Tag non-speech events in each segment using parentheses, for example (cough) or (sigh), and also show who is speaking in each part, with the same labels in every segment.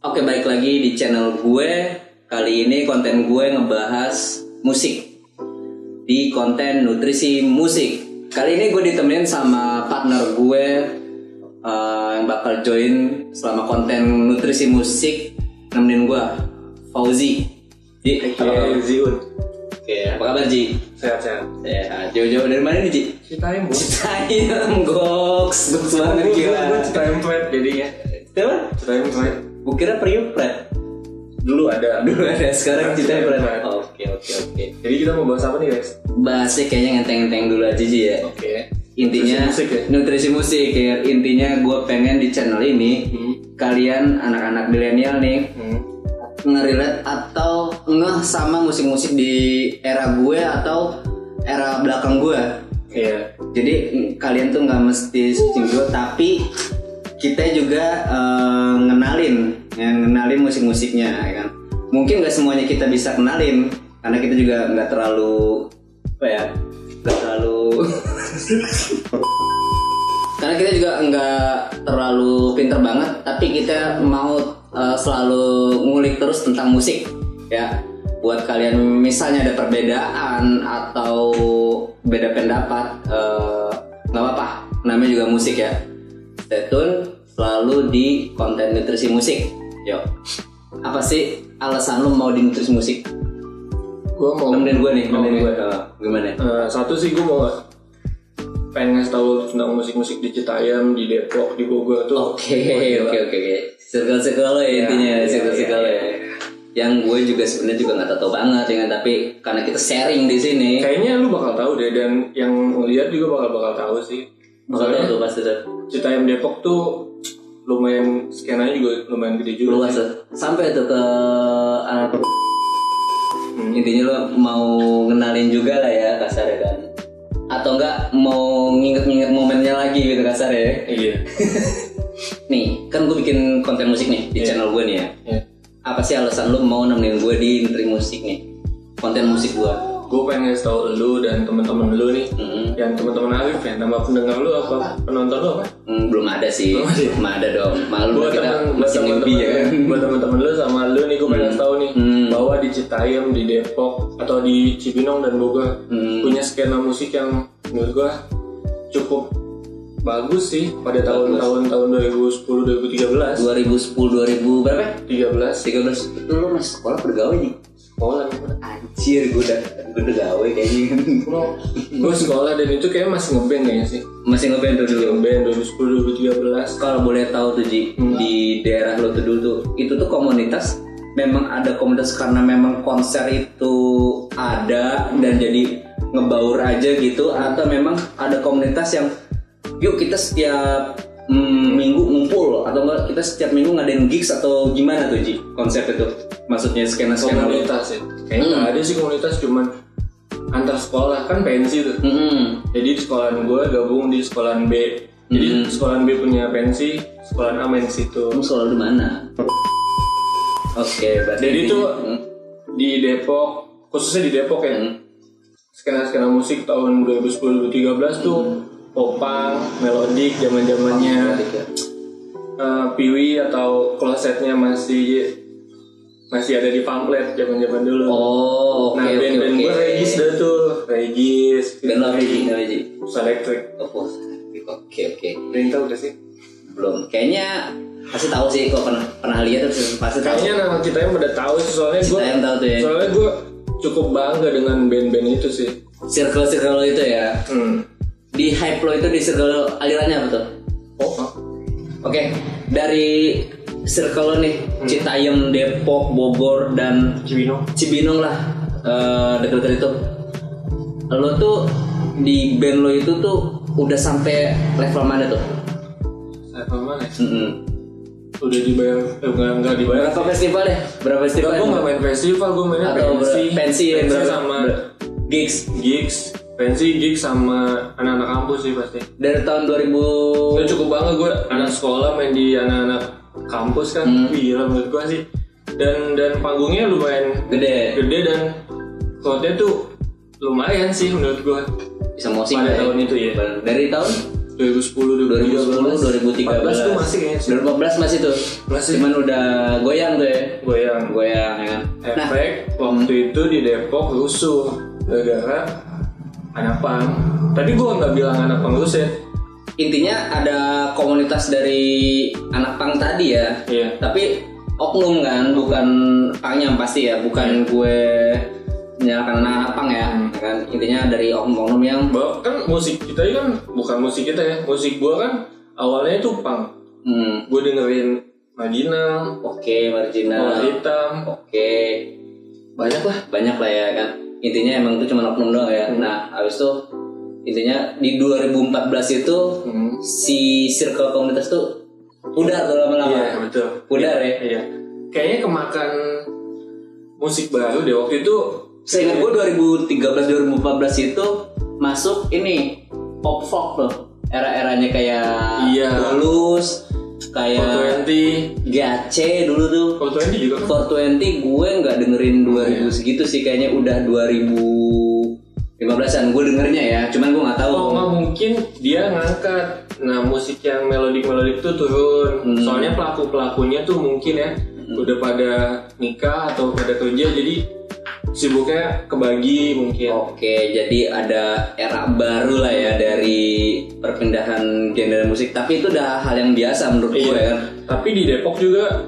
Speaker 1: Oke, balik lagi di channel gue. Kali ini konten gue ngebahas musik. Di konten nutrisi musik. Kali ini gue ditemenin sama partner gue eh, yang bakal join selama konten nutrisi musik nemenin gue, Fauzi. Ji, apa kabar?
Speaker 2: Kalau Ziun
Speaker 1: Oke, apa kabar Ji?
Speaker 2: sehat-sehat.
Speaker 1: Sehat. Jauh-jauh dari mana nih Ji?
Speaker 2: Citaim bu.
Speaker 1: Sayang, goks, goks banget gila.
Speaker 2: Gue Citaim Tweet jadinya.
Speaker 1: Kenapa?
Speaker 2: Citaim Tweet.
Speaker 1: Gue kira Priuk Pret.
Speaker 2: Dulu ada.
Speaker 1: Dulu ada sekarang
Speaker 2: Sekarang
Speaker 1: kita
Speaker 2: Citaim
Speaker 1: Pret.
Speaker 2: Pret.
Speaker 1: Oke, oke, oke.
Speaker 2: Jadi kita mau bahas apa nih guys?
Speaker 1: bahasnya kayaknya ngenteng-ngenteng dulu aja Ji ya
Speaker 2: Oke.
Speaker 1: intinya
Speaker 2: Oh, Nutrisi musik ya?
Speaker 1: nutrisi musik ya intinya gue pengen di channel ini
Speaker 2: Hmm.
Speaker 1: kalian anak-anak milenial nih
Speaker 2: Hmm.
Speaker 1: ngerilet atau ngeh sama musik-musik di era gue atau era belakang gue
Speaker 2: Iya.
Speaker 1: jadi mm, kalian tuh nggak mesti switching dulu tapi kita juga eh, ngenalin ya, ngenalin musik-musiknya ya kan mungkin nggak semuanya kita bisa kenalin karena kita juga nggak terlalu apa ya nggak terlalu (laughs) karena kita juga nggak terlalu pinter banget tapi kita mau eh, selalu ngulik terus tentang musik ya buat kalian misalnya ada perbedaan atau beda pendapat eh, nggak apa-apa namanya juga musik ya stay tune selalu di konten nutrisi musik yuk apa sih alasan lu mau di nutrisi musik
Speaker 2: Gue mau.
Speaker 1: nemenin gue nih nemenin
Speaker 2: Oke.
Speaker 1: gue gimana
Speaker 2: Eh, satu sih gue mau pengen ngasih tahu tentang musik-musik di Citayam, di Depok, di Bogor tuh.
Speaker 1: Oke, oke, oke, oke. Circle circle lo ya intinya,
Speaker 2: iya,
Speaker 1: circle circle lo
Speaker 2: iya,
Speaker 1: ya. Yang gue juga sebenarnya juga nggak tahu banget, ya kan? Tapi karena kita sharing di sini,
Speaker 2: Kayaknya lu bakal tahu deh dan yang lihat juga bakal bakal tahu sih.
Speaker 1: bakal tahu tuh pasti tuh.
Speaker 2: Citayam Depok tuh lumayan skenanya juga lumayan gede juga.
Speaker 1: Luas tuh, sampai tuh ke anak.
Speaker 2: Hmm.
Speaker 1: Intinya lo mau ngenalin juga lah ya kasarnya kan. Atau enggak mau nginget-nginget momennya lagi gitu kasar ya.
Speaker 2: (laughs) Iya.
Speaker 1: Nih, kan gue bikin konten musik nih di
Speaker 2: Iya.
Speaker 1: channel gue nih ya.
Speaker 2: Iya.
Speaker 1: Apa sih alasan lo mau nemenin gue di nutri musik nih? Konten musik gue. Hmm.
Speaker 2: gue pengen ngasih tau lu dan temen-temen lu nih
Speaker 1: Mm-mm.
Speaker 2: yang temen-temen Arif ya nama pendengar lu apa penonton lu apa
Speaker 1: Hmm, belum ada sih,
Speaker 2: Belum ada.
Speaker 1: belum ada dong. Malu
Speaker 2: buat
Speaker 1: kita
Speaker 2: temen buat
Speaker 1: masih newbie
Speaker 2: (laughs)
Speaker 1: ya kan.
Speaker 2: temen buat temen-temen lu sama lu nih gue pengen ngasih tau nih
Speaker 1: Hmm.
Speaker 2: bahwa di Citayam di Depok atau di Cibinong dan Bogor
Speaker 1: Hmm.
Speaker 2: punya skena musik yang menurut gue cukup bagus sih pada tahun-tahun tahun 2010
Speaker 1: 2010
Speaker 2: 2013
Speaker 1: 2000 berapa?
Speaker 2: 13
Speaker 1: 13 itu lu masih sekolah bergawe nih.
Speaker 2: sekolah
Speaker 1: (laughs) Anjir, gue udah gue udah gawe kayaknya. (laughs)
Speaker 2: gue sekolah dan itu kayaknya masih ngeband kayaknya sih
Speaker 1: masih ngeband tuh dulu.
Speaker 2: ngeband 2010 2013
Speaker 1: Kalau boleh tahu tuh Ji, di daerah lo tuh dulu tuh, itu tuh komunitas memang ada komunitas karena memang konser itu ada dan jadi ngebaur aja gitu atau memang ada komunitas yang yuk kita setiap mm, minggu ngumpul atau enggak kita setiap minggu ngadain gigs atau gimana tuh Ji konsep itu maksudnya skena skena lo
Speaker 2: komunitas ya kayaknya nggak ada sih komunitas cuman antar sekolah kan pensi tuh
Speaker 1: Mm-mm.
Speaker 2: jadi di sekolahan gue gabung di sekolahan B jadi
Speaker 1: Hmm.
Speaker 2: sekolahan B punya pensi sekolahan A main di situ
Speaker 1: kamu selalu di mana oke berarti
Speaker 2: Jadi
Speaker 1: intinya-
Speaker 2: tuh-
Speaker 1: Mm.
Speaker 2: di Depok khususnya di Depok ya
Speaker 1: Hmm.
Speaker 2: skena skena musik tahun 2010 2013 tuh
Speaker 1: Hmm.
Speaker 2: popang melodik zaman zamannya piwi atau klosetnya masih masih ada di pamflet zaman zaman dulu
Speaker 1: oh oke
Speaker 2: nah
Speaker 1: oke
Speaker 2: band-band
Speaker 1: oke
Speaker 2: gue Regis dah tuh Regis
Speaker 1: Band lo apa Ji? Apa, Ji?
Speaker 2: Electric
Speaker 1: Oh, oke oke
Speaker 2: Rinta udah sih.
Speaker 1: belum kayaknya pasti tahu sih kok pernah pernah lihat terus pasti tahu
Speaker 2: Kayaknya nama kita yang udah tahu sih soalnya gue
Speaker 1: Citayam tahu tuh ya.
Speaker 2: soalnya gue cukup bangga dengan band-band itu sih.
Speaker 1: circle circle lo itu ya
Speaker 2: Hmm.
Speaker 1: di hype lo itu di circle lo, alirannya apa tuh
Speaker 2: Oh, ah.
Speaker 1: oke dari circle lo nih Citayam Depok Bogor dan
Speaker 2: Cibinong.
Speaker 1: Cibinong lah eh, deket-deket itu lo tuh di band lo itu tuh udah sampai level mana tuh
Speaker 2: Apa mana? ya?
Speaker 1: Mm-mm.
Speaker 2: Udah dibayar? Eh, enggak enggak dibayar.
Speaker 1: berapa festival ya berapa
Speaker 2: Enggak,
Speaker 1: festival
Speaker 2: gue nggak main festival, gue mainnya
Speaker 1: atau
Speaker 2: pensi,
Speaker 1: ber- pensi, ya,
Speaker 2: pensi
Speaker 1: berapa-
Speaker 2: sama
Speaker 1: ber- gigs
Speaker 2: gigs, pensi gigs sama anak-anak kampus sih pasti.
Speaker 1: dari tahun 2000 Hmm.
Speaker 2: Gue cukup bangga gue anak sekolah main di anak-anak kampus kan. Wih, gila menurut gue sih dan dan panggungnya lumayan
Speaker 1: Gede,
Speaker 2: gede dan crowdnya tuh lumayan sih menurut gua
Speaker 1: bisa musik
Speaker 2: pada
Speaker 1: ya.
Speaker 2: tahun itu ya
Speaker 1: Dari tahun
Speaker 2: 2010
Speaker 1: 2012,
Speaker 2: 14 tuh
Speaker 1: 2013
Speaker 2: masih kayaknya sih
Speaker 1: 2014 masih tuh.
Speaker 2: Masih.
Speaker 1: Cuman udah goyang tuh ya.
Speaker 2: goyang
Speaker 1: Goyang ya kan. Nah,
Speaker 2: efek waktu itu di Depok rusuh gara-gara anak pang tadi gua nggak bilang anak pang rusuh
Speaker 1: intinya ada komunitas dari anak pang tadi ya.
Speaker 2: iya
Speaker 1: Tapi oknum kan, bukan pangnya pasti ya, bukan gue menyalahkan anak-anak pang ya.
Speaker 2: Iya. Hmm.
Speaker 1: Ya kan intinya dari oknum-oknum yang
Speaker 2: Bahwa kan musik kita ini kan bukan musik kita ya musik gua kan awalnya itu pang
Speaker 1: hmm,
Speaker 2: gue dengerin Madinah
Speaker 1: oke
Speaker 2: Mawar
Speaker 1: marginal.
Speaker 2: Hitam
Speaker 1: Oke, banyak lah, banyak lah ya kan. Intinya emang itu cuma oknum doang ya.
Speaker 2: Hmm.
Speaker 1: Nah, habis itu intinya di 2014 itu
Speaker 2: hmm.
Speaker 1: si circle komunitas tuh pudar tuh
Speaker 2: iya
Speaker 1: lama-lama.
Speaker 2: betul
Speaker 1: Pudar ya.
Speaker 2: iya kayaknya kemakan musik baru deh waktu itu
Speaker 1: Seingat gue 2013 2014 itu masuk ini pop folk tuh. Era-eranya kayak
Speaker 2: Iya.
Speaker 1: Tulus, kayak
Speaker 2: 420
Speaker 1: Gace dulu tuh.
Speaker 2: 420 juga kan
Speaker 1: 420 gue nggak dengerin 2000
Speaker 2: Iya.
Speaker 1: segitu sih kayaknya udah 2015an gue dengernya ya. Cuman gue nggak tahu.
Speaker 2: oh nggak mungkin dia ngangkat nah musik yang melodik melodik tuh turun
Speaker 1: Hmm.
Speaker 2: soalnya pelaku pelakunya tuh mungkin ya udah pada nikah atau pada kerja jadi sibuknya kebagi
Speaker 1: Oh.
Speaker 2: mungkin
Speaker 1: Oke, jadi ada era baru lah ya dari perpindahan genre musik. Tapi itu udah hal yang biasa menurut
Speaker 2: Iya.
Speaker 1: gue ya kan.
Speaker 2: tapi di Depok juga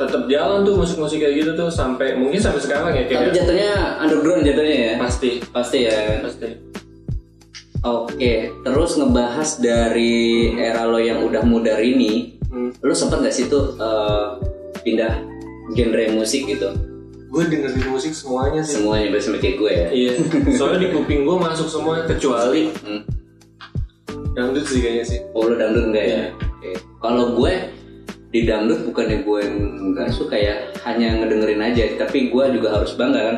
Speaker 2: tetap jalan tuh musik-musik kayak gitu tuh sampai mungkin sampai sekarang ya
Speaker 1: Tapi
Speaker 2: kayak
Speaker 1: jatuhnya underground jatuhnya ya.
Speaker 2: pasti
Speaker 1: Pasti ya. kan?
Speaker 2: pasti
Speaker 1: Oke, terus ngebahas dari era lo yang udah mudar ini,
Speaker 2: Hmm.
Speaker 1: lo sempet gak sih tuh eh, pindah genre musik gitu?
Speaker 2: gue dengerin musik semuanya sih
Speaker 1: Semuanya bersama kayak gue ya.
Speaker 2: iya soalnya di kuping gue masuk semua kecuali
Speaker 1: Hmm.
Speaker 2: dangdut sih kayaknya sih
Speaker 1: Oh lo dangdut enggak ya?
Speaker 2: Iya.
Speaker 1: Oke. Kalau gue di dangdut bukannya gue nggak suka ya, hanya ngedengerin aja. Tapi gue juga harus bangga kan.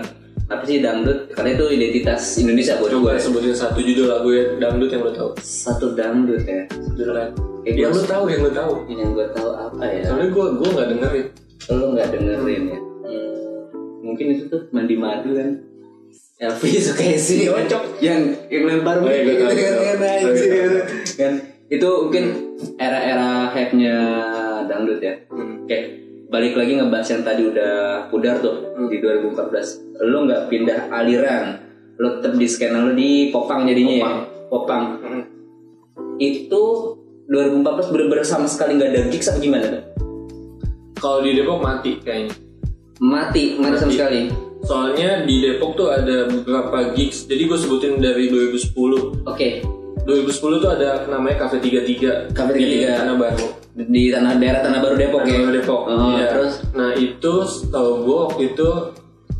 Speaker 1: Tapi sih dangdut karena itu identitas Indonesia buat
Speaker 2: coba
Speaker 1: gue.
Speaker 2: sebutin satu judul lagu ya dangdut yang lo tau
Speaker 1: Satu dangdut ya.
Speaker 2: judulan
Speaker 1: Eh,
Speaker 2: yang
Speaker 1: gua-
Speaker 2: lo tau yang lo tau
Speaker 1: Yang gue tahu apa ya?
Speaker 2: soalnya gue gue nggak ya. dengerin
Speaker 1: Lo nggak dengerin ya? Hmm. Mungkin itu tuh mandi madu kan. Elvis Sukaisi
Speaker 2: Cocok.
Speaker 1: yang yang lempar
Speaker 2: Iya, Oh, iya,
Speaker 1: gitu
Speaker 2: gue tahu, gue
Speaker 1: kan
Speaker 2: tahu.
Speaker 1: anjir.
Speaker 2: Oh, iya.
Speaker 1: kan itu mungkin era-era hype-nya dangdut ya Oke, balik lagi ngebahas yang tadi udah pudar tuh
Speaker 2: Hmm.
Speaker 1: di 2014. Lo nggak pindah aliran, lo tetap di skena lo di Popang jadinya ya. Popang.
Speaker 2: Hmm.
Speaker 1: Itu 2014 bener-bener sama sekali nggak ada gigs apa gimana? tuh?
Speaker 2: kalau di Depok mati kayaknya
Speaker 1: Mati, mati, sama
Speaker 2: Mati.
Speaker 1: sekali.
Speaker 2: soalnya di Depok tuh ada beberapa gigs jadi gue sebutin dari 2010
Speaker 1: Oke,
Speaker 2: 2010 tuh ada namanya Cafe 33
Speaker 1: Cafe
Speaker 2: di
Speaker 1: 33.
Speaker 2: Tanah Baru
Speaker 1: di tanah daerah Tanah Baru Depok ya.
Speaker 2: Tanah Depok.
Speaker 1: Oh,
Speaker 2: Iya.
Speaker 1: Terus
Speaker 2: Nah itu setahu gue waktu itu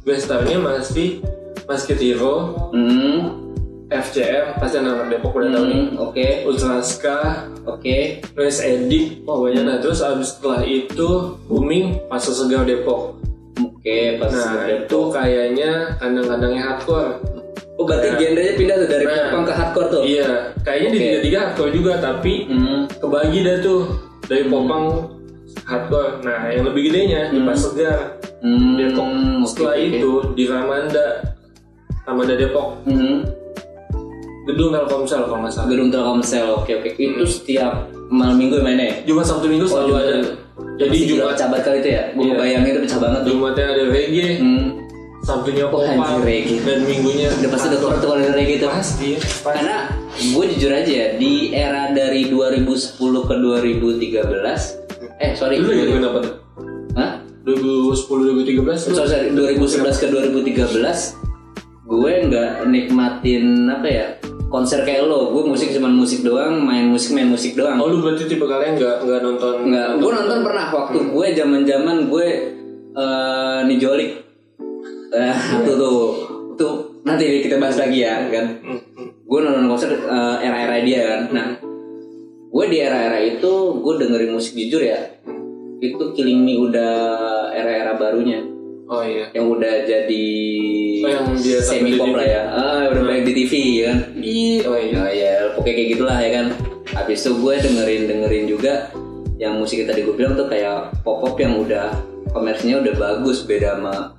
Speaker 2: bestarnya masih Basket Hero,
Speaker 1: hmm,
Speaker 2: FCM, pasti anak Depok udah tahu nih.
Speaker 1: hmm, oke,
Speaker 2: Ultraska,
Speaker 1: oke.
Speaker 2: Res Edik, oh banyak. Nah terus abis setelah itu booming Pasar Segar Depok.
Speaker 1: Oke, pas
Speaker 2: Nah itu
Speaker 1: Depok.
Speaker 2: kayaknya kandang-kandangnya hardcore.
Speaker 1: Oh, berarti genrenya pindah tuh dari
Speaker 2: Nah.
Speaker 1: Popang ke hardcore tuh.
Speaker 2: Iya, kayaknya di
Speaker 1: Oke.
Speaker 2: tiga-tiga hardcore juga tapi
Speaker 1: Hmm,
Speaker 2: kebagi dah tuh dari popang hardcore. Nah yang lebih gedenya di Pasar Segar.
Speaker 1: hmm,
Speaker 2: Depok.
Speaker 1: oke,
Speaker 2: Setelah
Speaker 1: oke.
Speaker 2: itu di Ramanda, Ramanda Depok,
Speaker 1: Hmm.
Speaker 2: gedung Telkomsel kalau nggak salah.
Speaker 1: Gedung Telkomsel, oke oke. Itu
Speaker 2: Hmm.
Speaker 1: setiap malam minggu mainnya ya?
Speaker 2: Jumat Sabtu Minggu selalu
Speaker 1: Jumat.
Speaker 2: ada. Jadi
Speaker 1: Masih
Speaker 2: Jumat
Speaker 1: cabat kali itu ya? Gue
Speaker 2: Iya.
Speaker 1: bayangin itu pecah banget tuh.
Speaker 2: Jumatnya ada reggae,
Speaker 1: Hmm.
Speaker 2: Sabtunya
Speaker 1: anjir,
Speaker 2: popang
Speaker 1: reggae.
Speaker 2: dan Minggunya
Speaker 1: Udah pasti udah keluar tuh kalau dengerin kayak gitu.
Speaker 2: pasti. pasti.
Speaker 1: Karena gue jujur aja ya, di era dari 2010 ke 2013 Eh sorry
Speaker 2: Dulu ya gue dapat
Speaker 1: Hah?
Speaker 2: 2010 2013
Speaker 1: Sorry, sorry 2011 ke 2013 Gue nggak nikmatin apa ya Konser kayak lo, gue musik cuman musik doang Main musik, main musik doang
Speaker 2: Oh lu berarti tipe kalian nggak nggak nonton?
Speaker 1: Enggak, gue nonton pernah waktu
Speaker 2: Hmm.
Speaker 1: gue zaman-zaman gue eh nijolik. Eh,
Speaker 2: Hmm.
Speaker 1: itu tuh. Itu nanti deh kita bahas lagi ya, kan.
Speaker 2: Hmm, hmm.
Speaker 1: Gue nonton konser eh, era-era dia kan. Nah, gue di era-era itu gue dengerin musik jujur ya. Itu Killing Me udah era-era barunya
Speaker 2: Oh iya.
Speaker 1: yang udah jadi
Speaker 2: Oh, yang dia
Speaker 1: semi pop
Speaker 2: tampil di
Speaker 1: lah ya. Ah, udah banyak di TV ya kan.
Speaker 2: Oh iya.
Speaker 1: Nah, ya pokoknya kayak gitulah ya kan. Habis itu gue dengerin dengerin juga yang musik yang tadi gue bilang tuh kayak pop pop yang udah komersinya udah bagus beda sama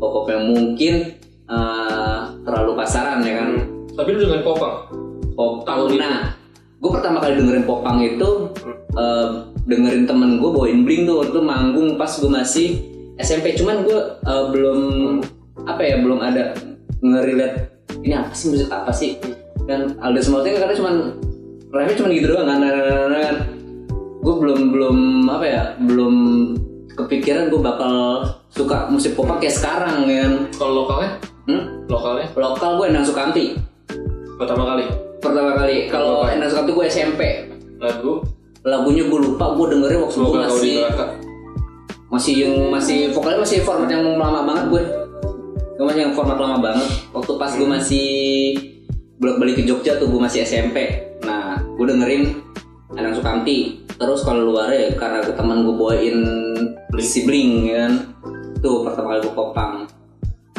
Speaker 1: pop yang mungkin eh, terlalu pasaran ya kan
Speaker 2: Tapi lu dengan kopang.
Speaker 1: pop
Speaker 2: Tahun itu.
Speaker 1: nah gue pertama kali dengerin popang itu eh, dengerin temen gue bawain bling tuh waktu itu manggung pas gue masih SMP cuman gue eh, belum apa ya belum ada ngerilet ini apa sih musik apa sih dan Aldo Smolting karena cuman refnya cuman gitu doang kan gue belum belum apa ya belum kepikiran gue bakal suka musik popang kayak sekarang kan
Speaker 2: Kalau lokalnya,
Speaker 1: Hmm?
Speaker 2: lokalnya
Speaker 1: lokal gue Endang Sukamti
Speaker 2: pertama kali
Speaker 1: pertama kali kalau
Speaker 2: Apa?
Speaker 1: Endang Sukamti gue SMP
Speaker 2: lagu
Speaker 1: lagunya gue lupa gue dengerin waktu gue
Speaker 2: semoga kau
Speaker 1: masih
Speaker 2: di neraka.
Speaker 1: masih yang masih vokalnya masih format yang lama banget gue cuman yang format lama banget waktu pas gue masih bolak balik ke Jogja tuh gue masih SMP nah gue dengerin Anang Sukamti terus kalau luar ya karena ke teman gue bawain si Bling ya kan tuh pertama kali gue kopang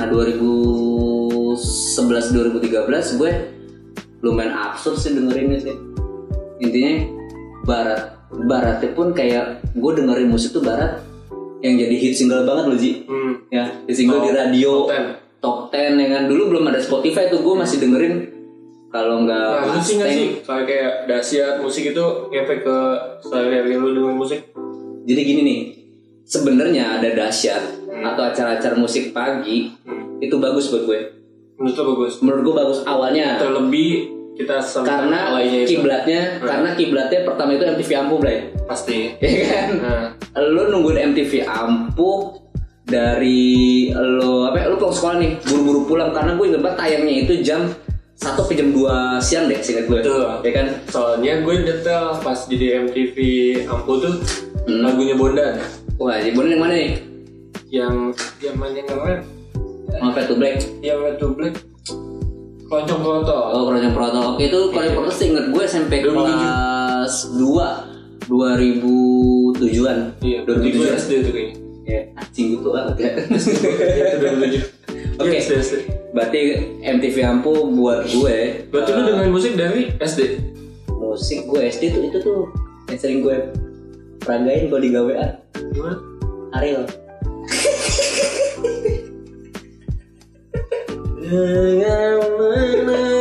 Speaker 1: nah 2011 2013 gue lumayan absurd sih dengerinnya sih intinya barat baratnya pun kayak gue dengerin musik tuh barat yang jadi hit single banget loh Ji
Speaker 2: Hmm.
Speaker 1: ya hit single
Speaker 2: Top-
Speaker 1: di radio
Speaker 2: top
Speaker 1: top
Speaker 2: 10.
Speaker 1: 10 ya kan dulu belum ada Spotify tuh gue masih dengerin kalau nggak
Speaker 2: Nah, lu sih
Speaker 1: Mustang.
Speaker 2: nggak sih kayak kayak dahsyat musik itu ngefek ke sehari-hari lu dengan musik.
Speaker 1: jadi gini nih sebenarnya ada dahsyat atau acara-acara musik pagi
Speaker 2: Hmm.
Speaker 1: itu bagus buat gue
Speaker 2: Menurut lu bagus.
Speaker 1: menurut gue bagus awalnya
Speaker 2: Terlebih kita sama
Speaker 1: Nah. karena
Speaker 2: alainya itu Nah.
Speaker 1: kiblatnya karena kiblatnya pertama itu MTV Ampuh Blay (laughs)
Speaker 2: pasti.
Speaker 1: ya kan
Speaker 2: Nah,
Speaker 1: lo nungguin MTV Ampuh dari lo apa ya, lo pulang sekolah nih buru-buru pulang karena gue inget banget tayangnya itu jam satu ke jam 2 siang deh singkat gue
Speaker 2: Betul.
Speaker 1: ya kan
Speaker 2: soalnya gue detail pas di MTV Ampu tuh lagunya Bondan
Speaker 1: wah jadi bener yang mana nih
Speaker 2: yang zaman yang keren
Speaker 1: Mau Fade to Black
Speaker 2: yang Red to Black keloncong kelontong
Speaker 1: oh Project Proto oke itu
Speaker 2: Iya.
Speaker 1: Project Proto sih inget gue SMP kelas 2 2007an
Speaker 2: iya 2007
Speaker 1: 2007
Speaker 2: SD itu kayaknya
Speaker 1: ya anjing gue tua banget
Speaker 2: (laughs)
Speaker 1: ya
Speaker 2: Iya, itu (laughs) 2007
Speaker 1: Oke.
Speaker 2: Iya, SD SD
Speaker 1: berarti MTV Ampuh buat gue
Speaker 2: berarti lu dengerin musik dari SD
Speaker 1: musik gue SD tuh itu tuh yang sering gue peragain kalau di gawean
Speaker 2: gimana
Speaker 1: Ariel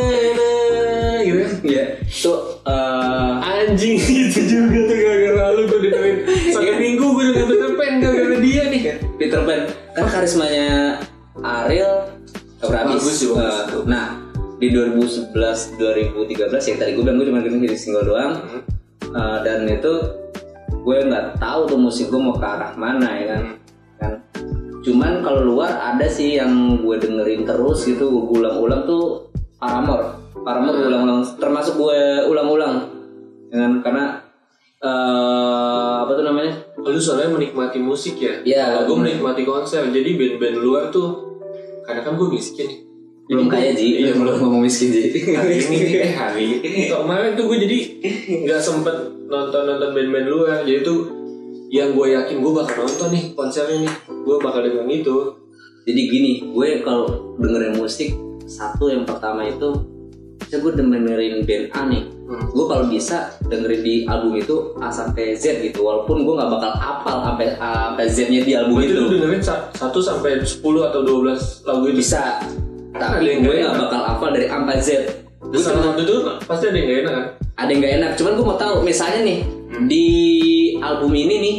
Speaker 1: gitu ya itu eh,
Speaker 2: anjing (laughs) gitu juga tuh gara-gara lu gue dengerin satu minggu gue dengerin Peter Pan gara-gara dia nih
Speaker 1: Peter Pan kan karismanya Ariel Dr. Abis.
Speaker 2: Bagus sih, bagus.
Speaker 1: Eh, nah di 2011 2013 yang tadi gue bilang gue cuma dengerin jadi single doang Eh, dan itu gue nggak tahu tuh musik gue mau ke arah mana ya kan kan cuman kalau luar ada sih yang gue dengerin terus gitu gue ulang-ulang tuh Paramore Paramore gue ulang-ulang termasuk gue ulang-ulang Ya kan karena eh, apa tuh namanya
Speaker 2: lu soalnya menikmati musik ya
Speaker 1: Iya.
Speaker 2: kalau gue menikmati konser jadi band-band luar tuh karena kan gue miskin nih
Speaker 1: belum kaya Ji
Speaker 2: iya belum
Speaker 1: ngomong miskin
Speaker 2: (laughs)
Speaker 1: Ji
Speaker 2: hari ini eh hari ini Kalau kemarin tuh gue jadi nggak sempet nonton nonton band-band luar jadi tuh yang gue yakin gue bakal nonton nih konsernya nih gue bakal dengerin itu
Speaker 1: jadi gini gue kalau dengerin musik satu yang pertama itu saya gue dengerin band A nih
Speaker 2: Hmm.
Speaker 1: gue kalau bisa dengerin di album itu A sampai Z gitu walaupun gue nggak bakal apal sampai A sampai Z-nya di album
Speaker 2: berarti
Speaker 1: itu
Speaker 2: lu dengerin sa- satu sampai 10 atau 12 lagu itu
Speaker 1: bisa
Speaker 2: Ada
Speaker 1: tapi
Speaker 2: yang gitu.
Speaker 1: gue
Speaker 2: nggak
Speaker 1: nggak
Speaker 2: enak.
Speaker 1: bakal apal dari A sampai Z
Speaker 2: Terus
Speaker 1: Gue
Speaker 2: salah satu tuh pasti ada yang gak enak kan
Speaker 1: ada yang nggak enak cuman gue mau tahu misalnya nih di album ini nih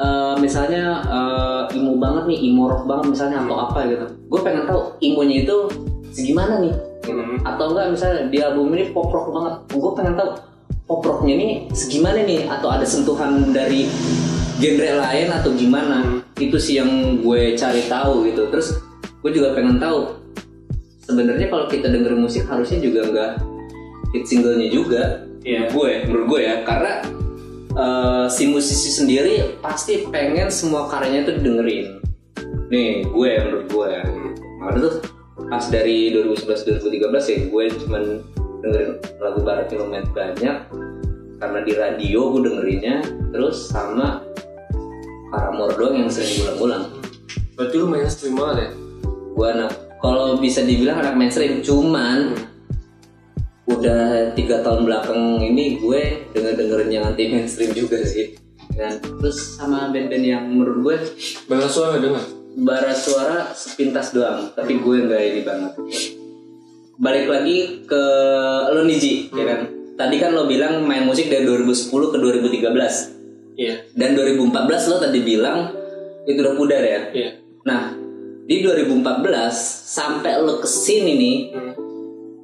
Speaker 1: eh, misalnya eh, emo banget nih emo rock banget misalnya atau apa gitu gue pengen tahu emonya itu segimana nih
Speaker 2: Hmm.
Speaker 1: atau enggak misalnya di album ini pop rock banget gue pengen tahu pop rocknya nih segimana nih atau ada sentuhan dari genre lain atau gimana itu sih yang gue cari tahu gitu terus gue juga pengen tahu sebenarnya kalau kita dengerin musik harusnya juga enggak hit singlenya juga
Speaker 2: Iya.
Speaker 1: menurut gue menurut gue ya karena eh, si musisi sendiri pasti pengen semua karyanya itu didengerin nih gue menurut gue ya makanya tuh pas dari 2011 2013 ya gue cuman dengerin lagu barat yang lumayan banyak karena di radio gue dengerinnya terus sama Paramore doang yang sering ulang-ulang
Speaker 2: berarti lu mainnya stream banget ya
Speaker 1: gue anak kalau bisa dibilang anak mainstream cuman udah tiga tahun belakang ini gue denger dengerin yang anti mainstream juga sih dan terus sama band-band yang menurut gue
Speaker 2: Bang Rasuah nggak dengar?
Speaker 1: bara suara sepintas doang tapi gue nggak ini banget balik lagi ke lo Niji ya kan tadi kan lo bilang main musik dari 2010 ke 2013
Speaker 2: Iya.
Speaker 1: dan 2014 lo tadi bilang itu udah pudar ya
Speaker 2: Iya.
Speaker 1: nah di 2014 sampai lo kesini nih
Speaker 2: Mm-hmm.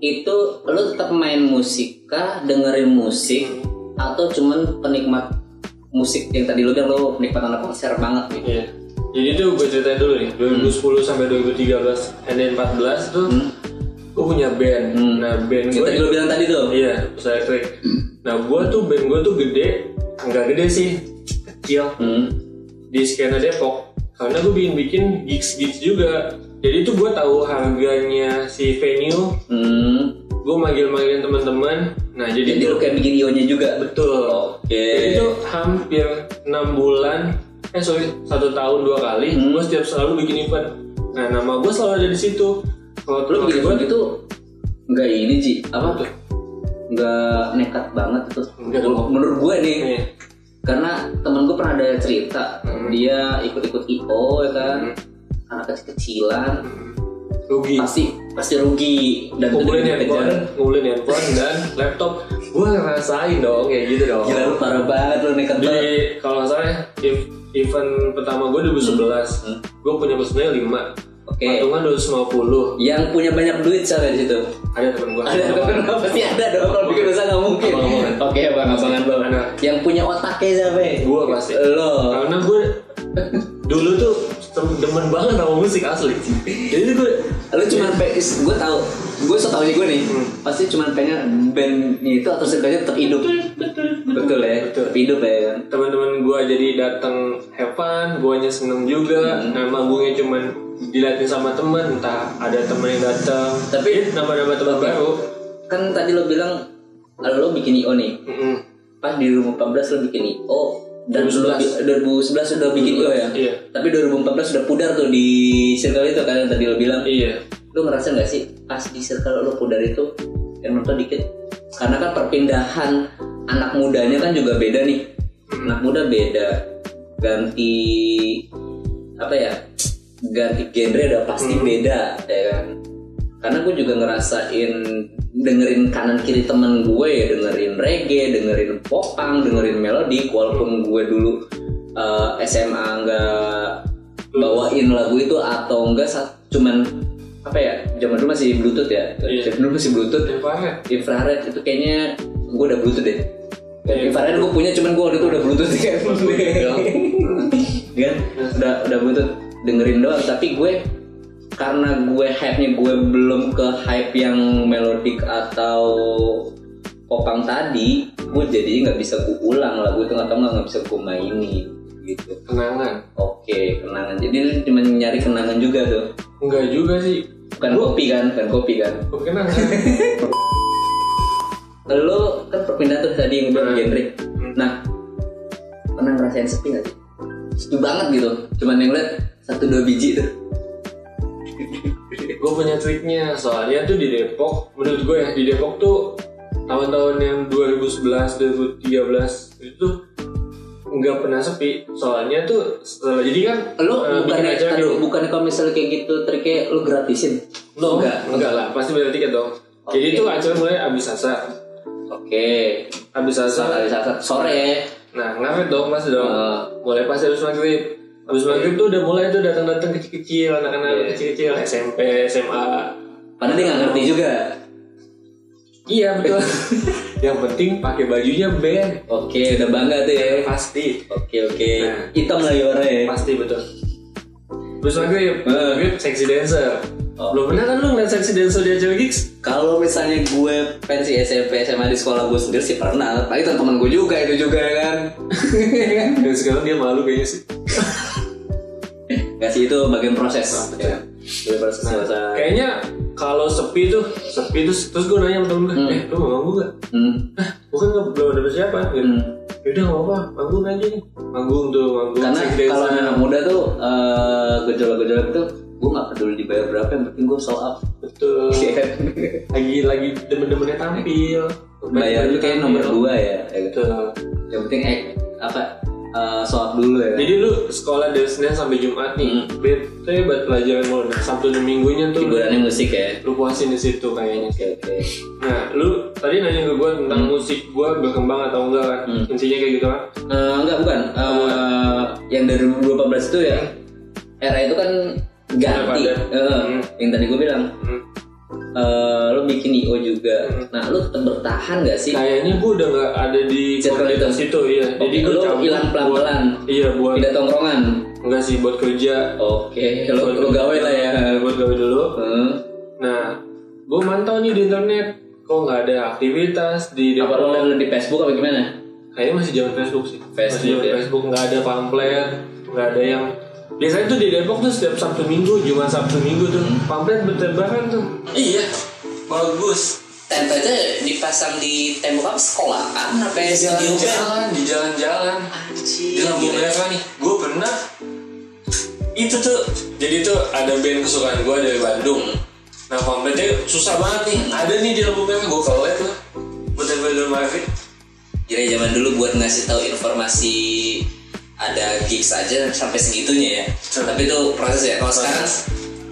Speaker 1: itu lo tetap main musik kah dengerin musik atau cuman penikmat musik yang tadi lo bilang lo penikmat anak konser banget gitu? nih
Speaker 2: Iya. Jadi tuh gue ceritain dulu nih 2010 sampai 2013 and then 14 tuh gue punya band.
Speaker 1: Hmm.
Speaker 2: Nah
Speaker 1: yang
Speaker 2: band gue
Speaker 1: tadi lo bilang tadi tuh
Speaker 2: iya saya elektrik. Nah gue tuh band gue tuh gede, nggak gede sih, kecil
Speaker 1: Hmm.
Speaker 2: di skena Depok. Karena gue bikin bikin gigs gigs juga. Jadi tuh gue tahu harganya si venue.
Speaker 1: Hmm.
Speaker 2: Gue manggil-manggilin teman-teman. Nah jadi,
Speaker 1: Jadi lu kayak bikin ionya juga.
Speaker 2: betul.
Speaker 1: Oke.
Speaker 2: Jadi tuh hampir 6 bulan, eh sorry, satu tahun dua kali,
Speaker 1: Hmm.
Speaker 2: gue setiap selalu bikin event. Nah nama gue selalu ada di situ. Kalau
Speaker 1: Lu
Speaker 2: teman
Speaker 1: bikin
Speaker 2: gua-
Speaker 1: event itu nggak ini Ji, apa?
Speaker 2: Betul.
Speaker 1: Nggak nekat banget itu.
Speaker 2: Nggak dong.
Speaker 1: Menurut gue nih,
Speaker 2: Iya.
Speaker 1: karena temen gue pernah ada cerita,
Speaker 2: Hmm.
Speaker 1: dia ikut-ikut IO ya kan,
Speaker 2: Hmm. Iya.
Speaker 1: anak kecil-kecilan,
Speaker 2: Rugi.
Speaker 1: pasti pasti rugi dan itu
Speaker 2: Ngumpulin
Speaker 1: dikejar.
Speaker 2: handphone, ngumpulin handphone dan laptop. Gue ngerasain dong kayak gitu dong.
Speaker 1: Gila lu parah banget lu nekat
Speaker 2: Di
Speaker 1: banget.
Speaker 2: kalau nggak salah ya, ev- event pertama gue 2011,
Speaker 1: Hmm.
Speaker 2: gue punya personil 5
Speaker 1: Oke.
Speaker 2: patungan 250
Speaker 1: Yang punya banyak duit siapa di situ?
Speaker 2: ada temen gue.
Speaker 1: Ada temen pasti ada dong (laughs) kalau bikin usaha nggak mungkin.
Speaker 2: Abang-abangan.
Speaker 1: Oke, abang-abangan lo.
Speaker 2: Ada.
Speaker 1: Yang punya otaknya siapa?
Speaker 2: Gue pasti.
Speaker 1: Lo.
Speaker 2: karena gue dulu tuh tem- demen banget sama musik asli jadi gue
Speaker 1: lu cuma
Speaker 2: Iya.
Speaker 1: pengen gue tau gue so taunya gue nih
Speaker 2: Hmm.
Speaker 1: pasti cuma pengen bandnya itu atau seenggaknya tetap hidup betul ya
Speaker 2: Betul.
Speaker 1: tetap hidup ya kan
Speaker 2: teman-teman gue jadi datang have fun guanya seneng juga
Speaker 1: Hmm.
Speaker 2: nah manggungnya cuman dilatih sama temen entah ada temen yang datang
Speaker 1: Tapi-
Speaker 2: Jadi nama-nama teman baru
Speaker 1: kan tadi lo bilang lo bikin IO nih
Speaker 2: Mm-mm.
Speaker 1: pas di 2014 lo bikin IO dan
Speaker 2: 2011.
Speaker 1: lo, bi- 2011 sudah bikin IO ya
Speaker 2: Iya.
Speaker 1: tapi 2014 sudah pudar tuh di circle itu kan yang tadi lo bilang
Speaker 2: iya
Speaker 1: lo ngerasa nggak sih pas di circle lo pudar itu yang nonton dikit karena kan perpindahan anak mudanya kan juga beda nih anak muda beda ganti apa ya ganti genre udah pasti beda ya kan karena gue juga ngerasain dengerin kanan kiri temen gue ya dengerin reggae dengerin popang dengerin melodi walaupun gue dulu eh, SMA nggak bawain lagu itu atau enggak sa- cuman apa ya zaman dulu masih bluetooth ya
Speaker 2: Iya.
Speaker 1: zaman dulu masih bluetooth
Speaker 2: yang parah
Speaker 1: infrared itu kayaknya gue udah bluetooth deh Dan
Speaker 2: Iya.
Speaker 1: infrared gue punya cuman gue waktu itu udah bluetooth kan (laughs) kan udah udah bluetooth dengerin doang tapi gue karena gue hype nya gue belum ke hype yang melodic atau popang tadi gue jadinya nggak bisa gue ulang lagu itu atau nggak nggak bisa gue mainin gitu
Speaker 2: kenangan
Speaker 1: Oke, kenangan. Jadi lu cuma nyari kenangan juga tuh.
Speaker 2: enggak juga sih
Speaker 1: Bukan kopi kan, bukan kopi kan.
Speaker 2: Kok (laughs) kenangan
Speaker 1: Lo kan perpindahan tuh tadi yang bilang genre. Nah, pernah ngerasain sepi gak sih? Sepi banget gitu. Cuman yang liat satu dua biji tuh.
Speaker 2: gue punya triknya soalnya tuh di Depok menurut gue ya di Depok tuh tahun-tahun yang 2011 2013 itu tuh nggak pernah sepi soalnya tuh setelah jadi kan
Speaker 1: Lo
Speaker 2: eh, bikin
Speaker 1: bukannya,
Speaker 2: acara
Speaker 1: aduh,
Speaker 2: gitu.
Speaker 1: bukannya kalau misalnya kayak gitu triknya lo gratisin?
Speaker 2: No, enggak enggak lah pasti beda tiket dong jadi
Speaker 1: Oke.
Speaker 2: tuh acara mulai abis asar
Speaker 1: Oke.
Speaker 2: abis asar
Speaker 1: Saat saat sore ya.
Speaker 2: nah ngaret dong pasti dong
Speaker 1: Eh.
Speaker 2: mulai pasti abis maghrib abis maghrib tuh udah mulai tuh datang-datang kecil-kecil anak-anak
Speaker 1: Iya.
Speaker 2: kecil-kecil SMP SMA
Speaker 1: Padahal dia nggak ngerti juga.
Speaker 2: Iya betul. (laughs) yang penting pakai bajunya band.
Speaker 1: Oke, udah bangga tuh ya.
Speaker 2: Pasti.
Speaker 1: Oke oke.
Speaker 2: Nah.
Speaker 1: Hitam lagi warnanya. ya.
Speaker 2: Pasti betul. Eh. Terus maghrib, maghrib sexy dancer.
Speaker 1: Oh.
Speaker 2: Belum pernah kan lu ngeliat sexy dancer di acara gigs?
Speaker 1: Kalau misalnya gue pensi SMP SMA di sekolah gue sendiri sih pernah, tapi teman gue juga itu juga ya kan. (laughs)
Speaker 2: Eh, Dan sekarang dia malu kayaknya sih.
Speaker 1: Gak sih itu bagian proses. ya. Bagian proses selesai.
Speaker 2: Kayaknya kalau sepi tuh, sepi terus terus gue nanya sama temen gue, eh lu mau manggung gak?
Speaker 1: Hmm.
Speaker 2: Nah, gue kan nggak- belum ada siapa. Gitu.
Speaker 1: Hmm.
Speaker 2: Yaudah nggak apa-apa, manggung aja nih. Manggung tuh, manggung
Speaker 1: Karena
Speaker 2: sexy
Speaker 1: kalau
Speaker 2: dancer.
Speaker 1: anak muda tuh eh, gejolak-gejolak itu gue gak peduli dibayar berapa, yang penting gue show up.
Speaker 2: Betul.
Speaker 1: Iya (laughs) kan?
Speaker 2: Lagi lagi demen-demennya tampil.
Speaker 1: iya. Bayar itu kayak nomor dua ya. ya kan?
Speaker 2: Betul.
Speaker 1: Yang penting eh, apa eh, soal dulu ya
Speaker 2: Jadi lu sekolah dari Senin sampai Jumat nih,
Speaker 1: Hmm.
Speaker 2: bete buat pelajaran lu. Nah, Sabtu dan Minggunya tuh lu,
Speaker 1: hiburannya musik ya
Speaker 2: lu puasin di situ kayaknya.
Speaker 1: oke oke
Speaker 2: Nah, lu tadi nanya ke gue tentang musik gue berkembang atau enggak kan?
Speaker 1: Hmm.
Speaker 2: Intinya kayak gitu kan?
Speaker 1: Eh, enggak bukan Eh, yang dari 2014 itu ya era itu kan ganti
Speaker 2: Udah
Speaker 1: Eh,
Speaker 2: Hmm.
Speaker 1: yang tadi gue bilang
Speaker 2: Hmm.
Speaker 1: eh, lo bikin io juga
Speaker 2: Hmm.
Speaker 1: nah lo tetap bertahan gak sih
Speaker 2: Kayaknya gue udah nggak ada di
Speaker 1: Circle
Speaker 2: komunitas itu, iya. Jadi
Speaker 1: Oke,
Speaker 2: gue
Speaker 1: lu
Speaker 2: cabut
Speaker 1: hilang pelan-pelan.
Speaker 2: buat- Iya buat
Speaker 1: tidak tongkrongan
Speaker 2: enggak sih buat kerja.
Speaker 1: oke lo lo gawe lah ya
Speaker 2: Nah, Buat gawe dulu.
Speaker 1: Eh,
Speaker 2: Nah, gue mantau nih di internet kok nggak ada aktivitas di
Speaker 1: apa
Speaker 2: departemen
Speaker 1: lo di Facebook apa gimana
Speaker 2: kayaknya masih zaman Facebook sih
Speaker 1: Facebook,
Speaker 2: masih zaman
Speaker 1: ya.
Speaker 2: Facebook nggak ada pamflet nggak ada yang biasanya tuh di Depok tuh setiap Sabtu Minggu Jumat Sabtu Minggu tuh
Speaker 1: Hmm.
Speaker 2: pamflet berterbangan tuh
Speaker 3: Iya, bagus.
Speaker 1: tempe aja dipasang di tembok apa sekolahan apa
Speaker 3: Eh, Di jalan-jalan, di jalan-jalan, di lampu
Speaker 1: gila.
Speaker 3: merah kan nih. Gue pernah itu tuh jadi tuh ada band kesukaan gue dari Bandung nah pamfletnya susah banget nih ada nih di lampu merah gue kawet lah buat Bandung Marvin
Speaker 1: Kira zaman dulu buat ngasih tahu informasi ada gigs aja sampai segitunya ya. Tapi itu proses ya. Kalau sekarang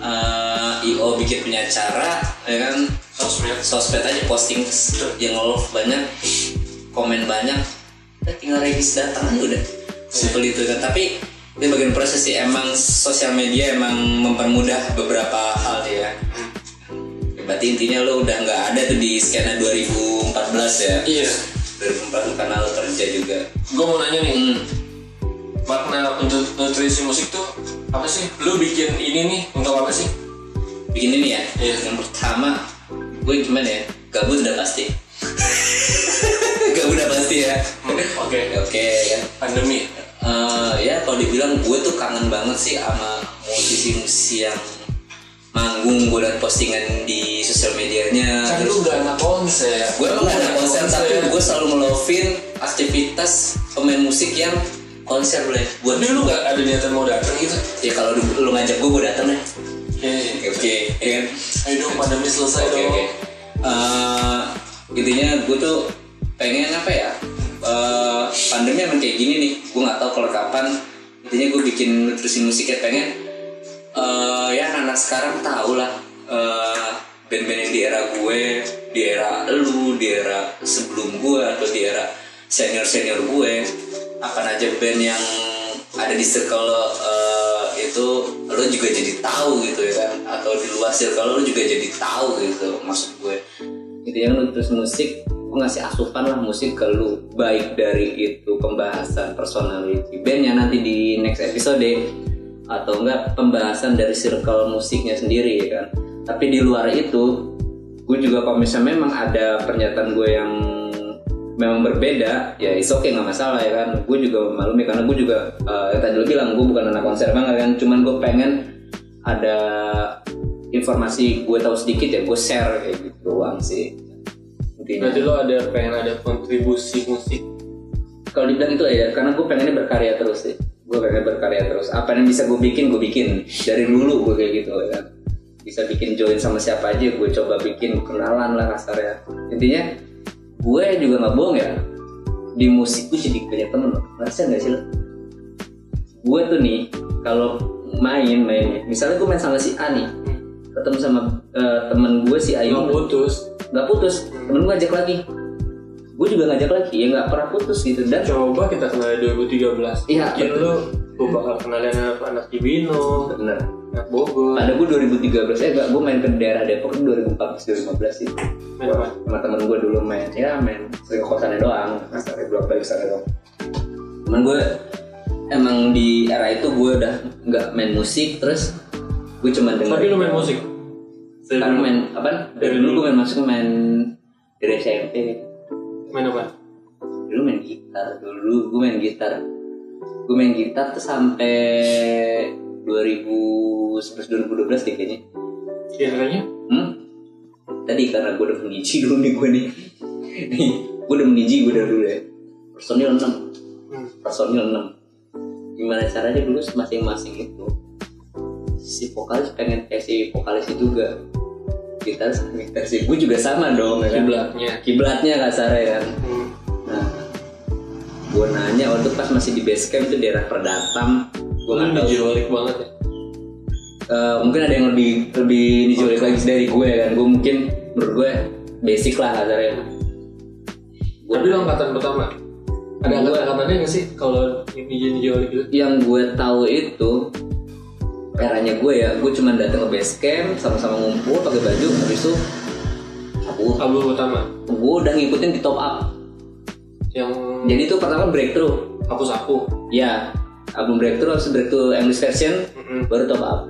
Speaker 1: eh, IO bikin punya acara, ya kan
Speaker 3: sosmed
Speaker 1: sosmed aja posting yang love banyak, komen banyak, udah tinggal regis datang aja udah. Simpel itu kan. Tapi ini bagian proses sih. Emang sosial media emang mempermudah beberapa hal ya. Berarti intinya lo udah nggak ada tuh di skena 2014 ya
Speaker 3: iya
Speaker 1: dari pembantu karena lo kerja juga
Speaker 3: gue mau nanya nih
Speaker 1: hmm.
Speaker 3: makna untuk nutrisi musik tuh apa sih lu bikin ini nih untuk apa sih
Speaker 1: bikin ini ya
Speaker 3: Iya.
Speaker 1: yang pertama gue gimana ya gabut udah pasti (laughs) gabut udah pasti ya
Speaker 3: Hmm, oke.
Speaker 1: oke kan
Speaker 3: pandemi
Speaker 1: Eh, ya kalau dibilang gue tuh kangen banget sih sama musisi-musisi yang manggung gue liat postingan di sosial medianya
Speaker 3: kan lu kan gak anak konser
Speaker 1: gue
Speaker 3: Lu
Speaker 1: nggak ada
Speaker 3: anak
Speaker 1: konser tapi gue selalu ngelovin aktivitas pemain musik yang konser boleh buat
Speaker 3: tapi lu gak ada niatan mau datang gitu
Speaker 1: ya kalau lu- lu ngajak gue gue dateng deh
Speaker 3: iya
Speaker 1: oke ya kan
Speaker 3: ayo dong pandemi selesai
Speaker 1: Oke,
Speaker 3: dong
Speaker 1: oke. Eh, intinya gue tuh pengen apa ya? Eh, pandemi emang kayak gini nih. Gue nggak tahu kalau kapan. Intinya gue bikin nutrisi musiknya pengen. eh, ya anak-anak sekarang tau lah. eh, band-band yang di era gue, di era lu, di era sebelum gue atau di era senior-senior gue. Apa aja band yang ada di circle lo, eh, itu lo juga jadi tahu gitu ya kan atau di luar circle lo juga jadi tahu gitu maksud gue intinya Gitu ya, lu terus musik lu ngasih asupan lah musik ke lu baik dari itu pembahasan personality bandnya nanti di next episode atau enggak pembahasan dari circle musiknya sendiri ya kan tapi di luar itu gue juga kalau misalnya memang ada pernyataan gue yang memang berbeda ya is okay nggak masalah ya kan gue juga memaklumi karena gue juga eh, yang tadi lu bilang gue bukan anak konser banget kan cuman gue pengen ada informasi gue tahu sedikit ya gue share kayak gitu doang sih ya. intinya
Speaker 2: berarti lo ada pengen ada kontribusi musik
Speaker 1: kalau dibilang itu ya karena gue pengennya berkarya terus sih gue pengen berkarya terus apa yang bisa gue bikin gue bikin dari dulu gue kayak gitu ya kan bisa bikin join sama siapa aja gue coba bikin kenalan lah kasarnya intinya gue juga nggak bohong ya di musik gue jadi banyak temen loh ngerasa nggak sih lo gue tuh nih kalau main main misalnya gue main sama si A nih ketemu sama eh, temen gue si Ayu
Speaker 3: Iya.
Speaker 2: lo putus
Speaker 1: nggak putus temen gue ngajak lagi gue juga ngajak lagi ya nggak pernah putus gitu dan
Speaker 2: coba kita kenal 2013
Speaker 1: Iya,
Speaker 2: mungkin
Speaker 1: betul.
Speaker 2: lo gue bakal kenalin anak anak Cibino
Speaker 1: bener
Speaker 2: anak Bogor
Speaker 1: pada gue 2013 ya gak gue main ke daerah Depok itu 2014 2015 sih
Speaker 2: main apa
Speaker 1: sama temen gue dulu main ya main sering ke kosannya doang
Speaker 2: Nah,
Speaker 1: kasarnya belum balik sana doang cuman gue emang di era itu gue udah nggak main musik terus gue cuman denger
Speaker 2: tapi lo main musik
Speaker 1: karena main apa dari dulu
Speaker 2: Dari dulu.
Speaker 1: gue main masuk main dari SMP
Speaker 2: main apa
Speaker 1: dulu main gitar dulu gue main gitar gue main gitar tuh sampai 2011 2012 deh kayaknya
Speaker 2: Genre-nya?
Speaker 1: Hmm? Tadi karena gue udah meniji (laughs) dulu nih gue nih. nih gue udah meniji gue dari dulu ya. Personil 6.
Speaker 2: Hmm.
Speaker 1: Personil 6. Gimana caranya dulu masing-masing itu si vokalis pengen kayak si vokalis itu juga kita kita sih gue juga sama dong ya kan?
Speaker 2: Kiblatnya.
Speaker 1: kiblatnya kasarnya kan
Speaker 2: Hmm.
Speaker 1: nah gue nanya waktu pas masih di base camp itu daerah Perdatam gue
Speaker 3: Lu
Speaker 1: nggak
Speaker 2: Hmm,
Speaker 1: tahu
Speaker 3: dijualik banget ya
Speaker 1: Eh, mungkin ada yang lebih lebih dijulik lagi dari gue kan gue mungkin menurut gue basic lah kasarnya Gua-
Speaker 2: Tapi lu angkatan pertama. Ada angkatan-angkatannya nggak sih kalau ini jual gitu?
Speaker 1: yang gue tahu itu eranya gue ya gue cuma datang ke base camp sama-sama ngumpul pakai baju habis itu aku
Speaker 2: Album pertama
Speaker 1: gue udah ngikutin di top up
Speaker 2: yang
Speaker 1: jadi itu pertama breakthrough
Speaker 2: hapus aku.
Speaker 1: ya album breakthrough habis breakthrough English version
Speaker 2: Mm-mm.
Speaker 1: baru top up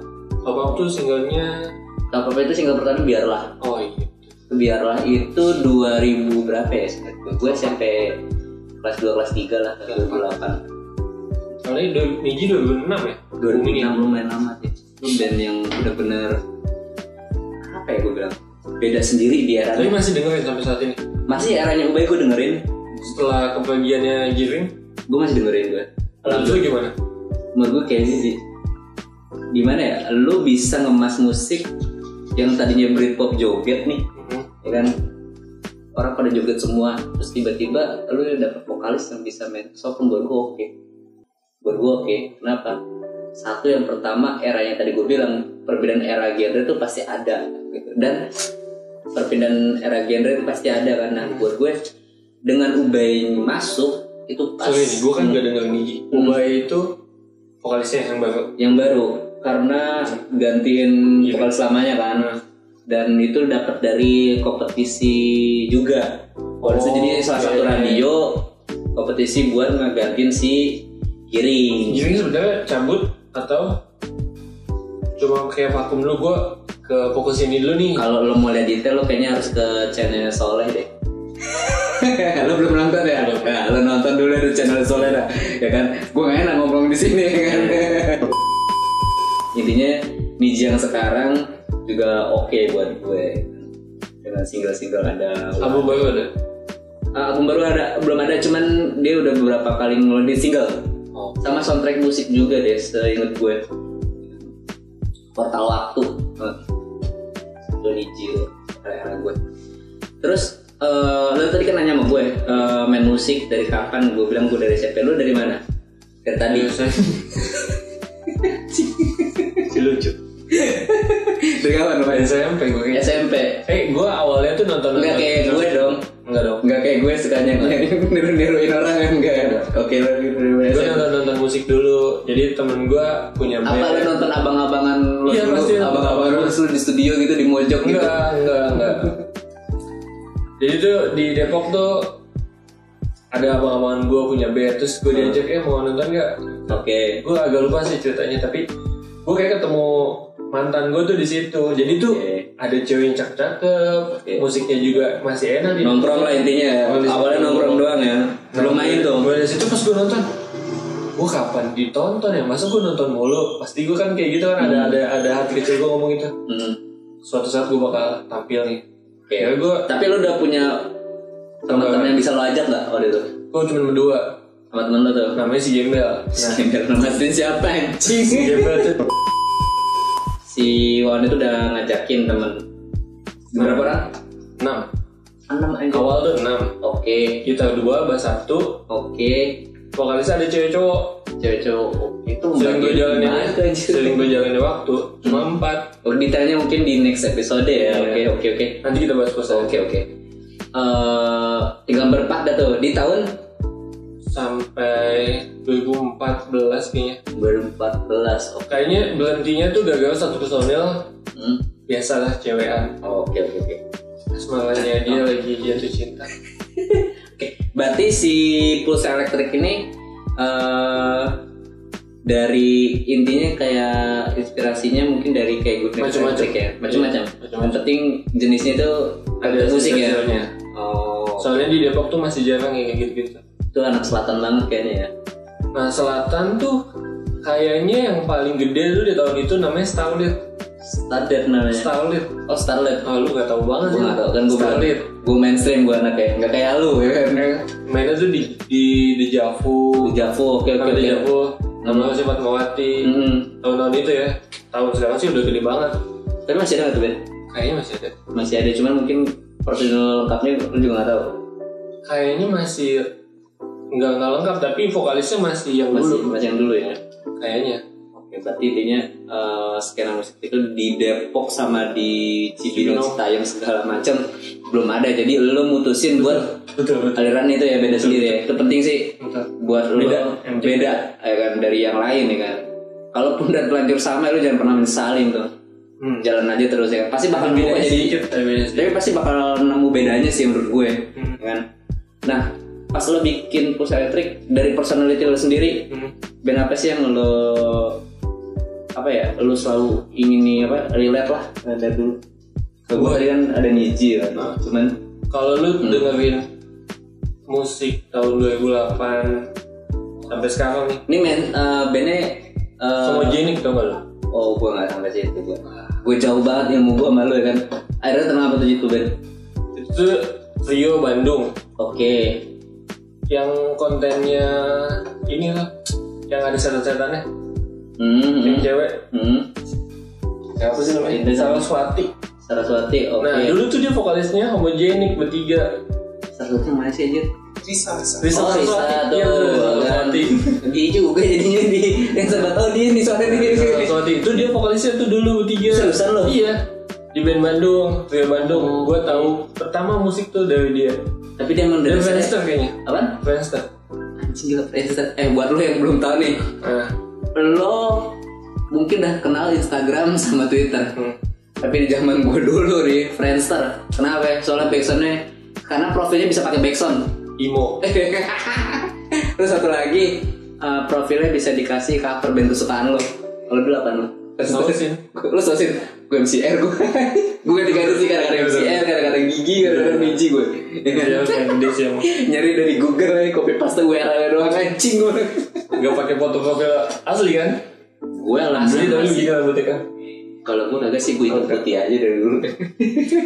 Speaker 2: Top Up tuh singlenya
Speaker 1: top up itu single pertama biarlah
Speaker 2: oh iya.
Speaker 1: biarlah itu 2000 berapa ya seingat gue gue SMP kelas 2 kelas 3 lah 2008
Speaker 2: Soalnya dua- Niji 2006 ya. Booming ya.
Speaker 1: 2006 lumayan lama sih Itu band yang udah bener apa ya gue bilang beda sendiri di
Speaker 2: Tapi
Speaker 1: eranya
Speaker 2: masih dengerin sampai saat ini.
Speaker 1: masih eranya Ubay gue dengerin
Speaker 2: Setelah kebagiannya Giring,
Speaker 1: gue masih dengerin gue
Speaker 2: Lalu itu gimana?
Speaker 1: menurut gue kayak sih sih. gimana ya lu bisa ngemas musik yang tadinya Britpop joget nih ya kan orang pada joget semua terus tiba-tiba lu dapet vokalis yang bisa main saxophone buat gue oke buat gue oke kenapa satu yang pertama era yang tadi gue bilang perbedaan era genre itu pasti ada gitu. dan perbedaan era genre itu pasti ada karena buat gue dengan Ubay masuk itu pas
Speaker 2: Sorry nih, gue kan gak dengerin Niji. Ubay itu vokalisnya yang baru.
Speaker 1: yang baru karena gantiin
Speaker 2: Iya.
Speaker 1: vokalis lamanya kan
Speaker 2: Nah.
Speaker 1: dan itu dapat dari kompetisi juga vokalis
Speaker 2: Oh,
Speaker 1: jadi salah
Speaker 2: iya,
Speaker 1: satu
Speaker 2: iya.
Speaker 1: radio kompetisi buat ngegantiin si Giring
Speaker 2: Giring sebenarnya cabut atau cuma kayak vakum dulu gue ke fokus ini dulu nih.
Speaker 1: kalau lo mau lihat detail lo kayaknya harus ke channel Soleh deh (laughs) lo belum nonton ya? Nah, lo nonton dulu itu channel Soleh dah ya kan? gue gak enak ngomong di sini ya kan? (laughs) intinya Niji yang sekarang juga oke buat gue dengan single-single ada
Speaker 2: Album baru ada.
Speaker 1: Uh, album baru ada belum ada cuman dia udah beberapa kali ngeluarin single
Speaker 2: Oh.
Speaker 1: sama soundtrack musik juga deh seinget gue portal waktu uh, Johnny Jill era gue terus uh, lo tadi kan nanya sama gue uh, main musik dari kapan gue bilang gue dari SMP lo dari mana dari tadi
Speaker 2: Biasanya. Si lucu.
Speaker 1: (laughs) dari kapan lo main
Speaker 2: SMP gue kayak.
Speaker 1: SMP
Speaker 2: Eh gue awalnya tuh nonton
Speaker 1: Nggak kayak gue dong.
Speaker 2: Enggak dong.
Speaker 1: nggak kayak gue sukanya (laughs) niru-niruin orang kan enggak oke lo niru-niruin
Speaker 2: Gue
Speaker 1: SMP.
Speaker 2: nonton nonton musik dulu. Jadi temen gue punya
Speaker 1: apa lu nonton abang-abangan lu
Speaker 2: Iya,
Speaker 1: dulu,
Speaker 2: pasti.
Speaker 1: abang-abangan lu terus lu di studio gitu di mojok gitu
Speaker 2: Enggak, enggak, enggak. Jadi tuh di Depok tuh ada abang-abangan gue punya band terus gue diajak eh mau nonton nggak
Speaker 1: oke
Speaker 2: gue Ya, agak lupa sih ceritanya tapi gue kayak ketemu mantan gue tuh di situ jadi tuh
Speaker 1: Oke.
Speaker 2: ada cewek yang cakep cakep
Speaker 1: Oke.
Speaker 2: musiknya juga masih enak di
Speaker 1: nongkrong lah intinya ya
Speaker 2: Oh, di situ.
Speaker 1: awalnya nongkrong doang ya belum main tuh
Speaker 2: gue dari situ pas gue nonton gue kapan ditonton ya masa gue nonton mulu pasti gue kan kayak gitu kan ada ada ada hati kecil gue ngomong gitu
Speaker 1: Hmm.
Speaker 2: suatu saat gue bakal tampil nih kayak gue
Speaker 1: tapi lu udah punya teman-teman yang bisa lo ajak nggak waktu itu
Speaker 2: gue cuma berdua
Speaker 1: sama temen lo tuh
Speaker 2: namanya si Gembel nah,
Speaker 1: yang (laughs) biar namatin siapa anjing
Speaker 2: si Gembel tuh
Speaker 1: si Wan itu udah ngajakin temen berapa orang
Speaker 2: enam
Speaker 1: enam anjing
Speaker 2: awal tuh enam
Speaker 1: oke
Speaker 2: kita dua bahas satu
Speaker 1: oke
Speaker 2: vokalisnya ada cewek cowok
Speaker 1: cewek cowok itu
Speaker 2: sering gue
Speaker 1: membagi
Speaker 2: jalanin ya.
Speaker 1: banget, anjing.
Speaker 2: sering gue jalanin waktu cuma empat
Speaker 1: Oh, detailnya mungkin di next episode ya oke
Speaker 2: Iya.
Speaker 1: oke oke
Speaker 2: nanti kita bahas pas
Speaker 1: Oke oke. Eh, tinggal berempat dah tuh di tahun
Speaker 2: sampai 2014 kayaknya
Speaker 1: 2014. Oke.
Speaker 2: kayaknya berhentinya tuh gagal satu personil
Speaker 1: Hmm.
Speaker 2: biasalah cewekan
Speaker 1: Oke oke oke.
Speaker 2: semangatnya dia lagi jatuh cinta
Speaker 1: Oke. Berarti si pulsa elektrik ini eh dari intinya kayak inspirasinya mungkin dari kayak good Night
Speaker 2: Macam-macam.
Speaker 1: Electric ya macam-macam.
Speaker 2: Iya, macam-macam.
Speaker 1: Yang penting jenisnya itu ada musik ya.
Speaker 2: sensasionalnya.
Speaker 1: Oh.
Speaker 2: soalnya di Depok tuh masih jarang yang kayak gitu-gitu
Speaker 1: itu anak selatan banget kayaknya ya.
Speaker 2: nah selatan tuh kayaknya yang paling gede dulu di tahun itu namanya Starlit
Speaker 1: Starlet namanya.
Speaker 2: Starlit
Speaker 1: oh Starlet.
Speaker 2: ah lu gak tau banget
Speaker 1: Gue
Speaker 2: sih
Speaker 1: nggak tahu kan gue
Speaker 2: Starlit
Speaker 1: gue mainstream gue anak ya nggak kayak lu ya kan
Speaker 2: mainnya tuh di di di Javu
Speaker 1: Javo oke oke
Speaker 2: Kami
Speaker 1: oke
Speaker 2: di Javu namanya masih Fatmawati
Speaker 1: Hmm.
Speaker 2: tahun-tahun itu ya tahun sekarang sih udah gede banget
Speaker 1: Tapi masih ada nggak tuh Ben?
Speaker 2: kayaknya masih ada
Speaker 1: Masih ada, cuman mungkin personal lengkapnya lu juga nggak tahu.
Speaker 2: kayaknya masih nggak nggak lengkap tapi vokalisnya masih yang
Speaker 1: masih
Speaker 2: dulu
Speaker 1: masih yang dulu ya
Speaker 2: kayaknya
Speaker 1: oke berarti intinya eh, skena musik itu di Depok sama di Cibinong
Speaker 2: Cibinong.
Speaker 1: Citayam segala macam belum ada jadi lo mutusin buat
Speaker 2: betul betul
Speaker 1: aliran itu ya beda sendiri ya itu penting sih
Speaker 2: Bentar.
Speaker 1: buat lo
Speaker 2: Beda,
Speaker 1: beda,
Speaker 2: yang
Speaker 1: ya kan dari yang lain ya kan kalaupun udah telanjur sama lo jangan pernah menyesalin tuh
Speaker 2: Hmm.
Speaker 1: jalan aja terus ya kan pasti bakal
Speaker 2: Tapi
Speaker 1: berubah
Speaker 2: bedanya
Speaker 1: jadi
Speaker 2: sedikit tapi beda sedikit.
Speaker 1: tapi pasti bakal nemu bedanya sih menurut gue
Speaker 2: Hmm.
Speaker 1: ya kan nah pas lo bikin pulsa elektrik dari personality lo sendiri
Speaker 2: Hmm.
Speaker 1: band apa sih yang lo apa ya lo selalu ingin apa relate lah
Speaker 2: Eh,
Speaker 1: dari dulu ke gue tadi kan ada Niji kan
Speaker 2: Nah.
Speaker 1: cuman
Speaker 2: Kalau lu dengerin musik tahun 2008 sampai sekarang nih,
Speaker 1: ini men eh, bandnya eh,
Speaker 2: homogenik tau gak lu?
Speaker 1: oh gue nggak sampai situ gue gue jauh banget yang gue sama lo ya kan akhirnya ternyata tuh itu band
Speaker 2: Itu Rio Bandung
Speaker 1: oke
Speaker 2: yang kontennya ini lah yang ada setan-setannya
Speaker 1: hmm,
Speaker 2: yang
Speaker 1: hmm,
Speaker 2: cewek
Speaker 1: hmm.
Speaker 2: yang apa sih namanya?
Speaker 1: Indra
Speaker 2: Saraswati
Speaker 1: Saraswati oke
Speaker 2: nah dulu tuh dia vokalisnya homogenik bertiga
Speaker 1: Saraswati mana sih anjir
Speaker 3: Risa, Risa.
Speaker 2: Risa
Speaker 1: Oh, bisa
Speaker 2: Saraswati
Speaker 1: tuh.
Speaker 2: iya, Risa
Speaker 1: kan.
Speaker 2: Saraswati
Speaker 1: Dia juga jadinya di (laughs) yang sempat oh dia ini soalnya dia
Speaker 2: Risa Saraswati itu dia vokalisnya tuh dulu bertiga
Speaker 1: Seriusan lu?
Speaker 2: iya di band Bandung Rio Bandung gue tahu pertama musik tuh dari dia
Speaker 1: Tapi dia emang dari
Speaker 2: Dia Friendster kayaknya
Speaker 1: Apa?
Speaker 2: Friendster
Speaker 1: Anjing gila preset. Eh buat lo yang belum tahu nih,
Speaker 2: nah,
Speaker 1: lo mungkin udah kenal Instagram sama Twitter.
Speaker 2: hmm.
Speaker 1: Tapi di zaman gue dulu nih Friendster. Kenapa? ya? Soalnya backsoundnya karena profilnya bisa pakai backsound. (laughs)
Speaker 2: Imo
Speaker 1: Terus satu lagi eh, profilnya bisa dikasih cover band kesukaan lo. Kalau dulu apa lo?
Speaker 2: Sausin.
Speaker 1: Lo sausin. Gue MCR (laughs) gue. gue digaji kadang-kadang MCR, kadang-kadang gigi, kadang-kadang biji gue. Ya kan?
Speaker 2: dia kayak gede sih emang
Speaker 1: (laughs) Nyari dari Google aja copy paste gue arahnya doang anjing gue.
Speaker 2: gak pakai foto profil asli kan
Speaker 1: Gue lah.
Speaker 2: asli tapi gini
Speaker 1: iya.
Speaker 2: rambutnya
Speaker 1: (laughs)
Speaker 2: kan
Speaker 1: Kalau gue kagak sih gue ikut putih aja dari dulu.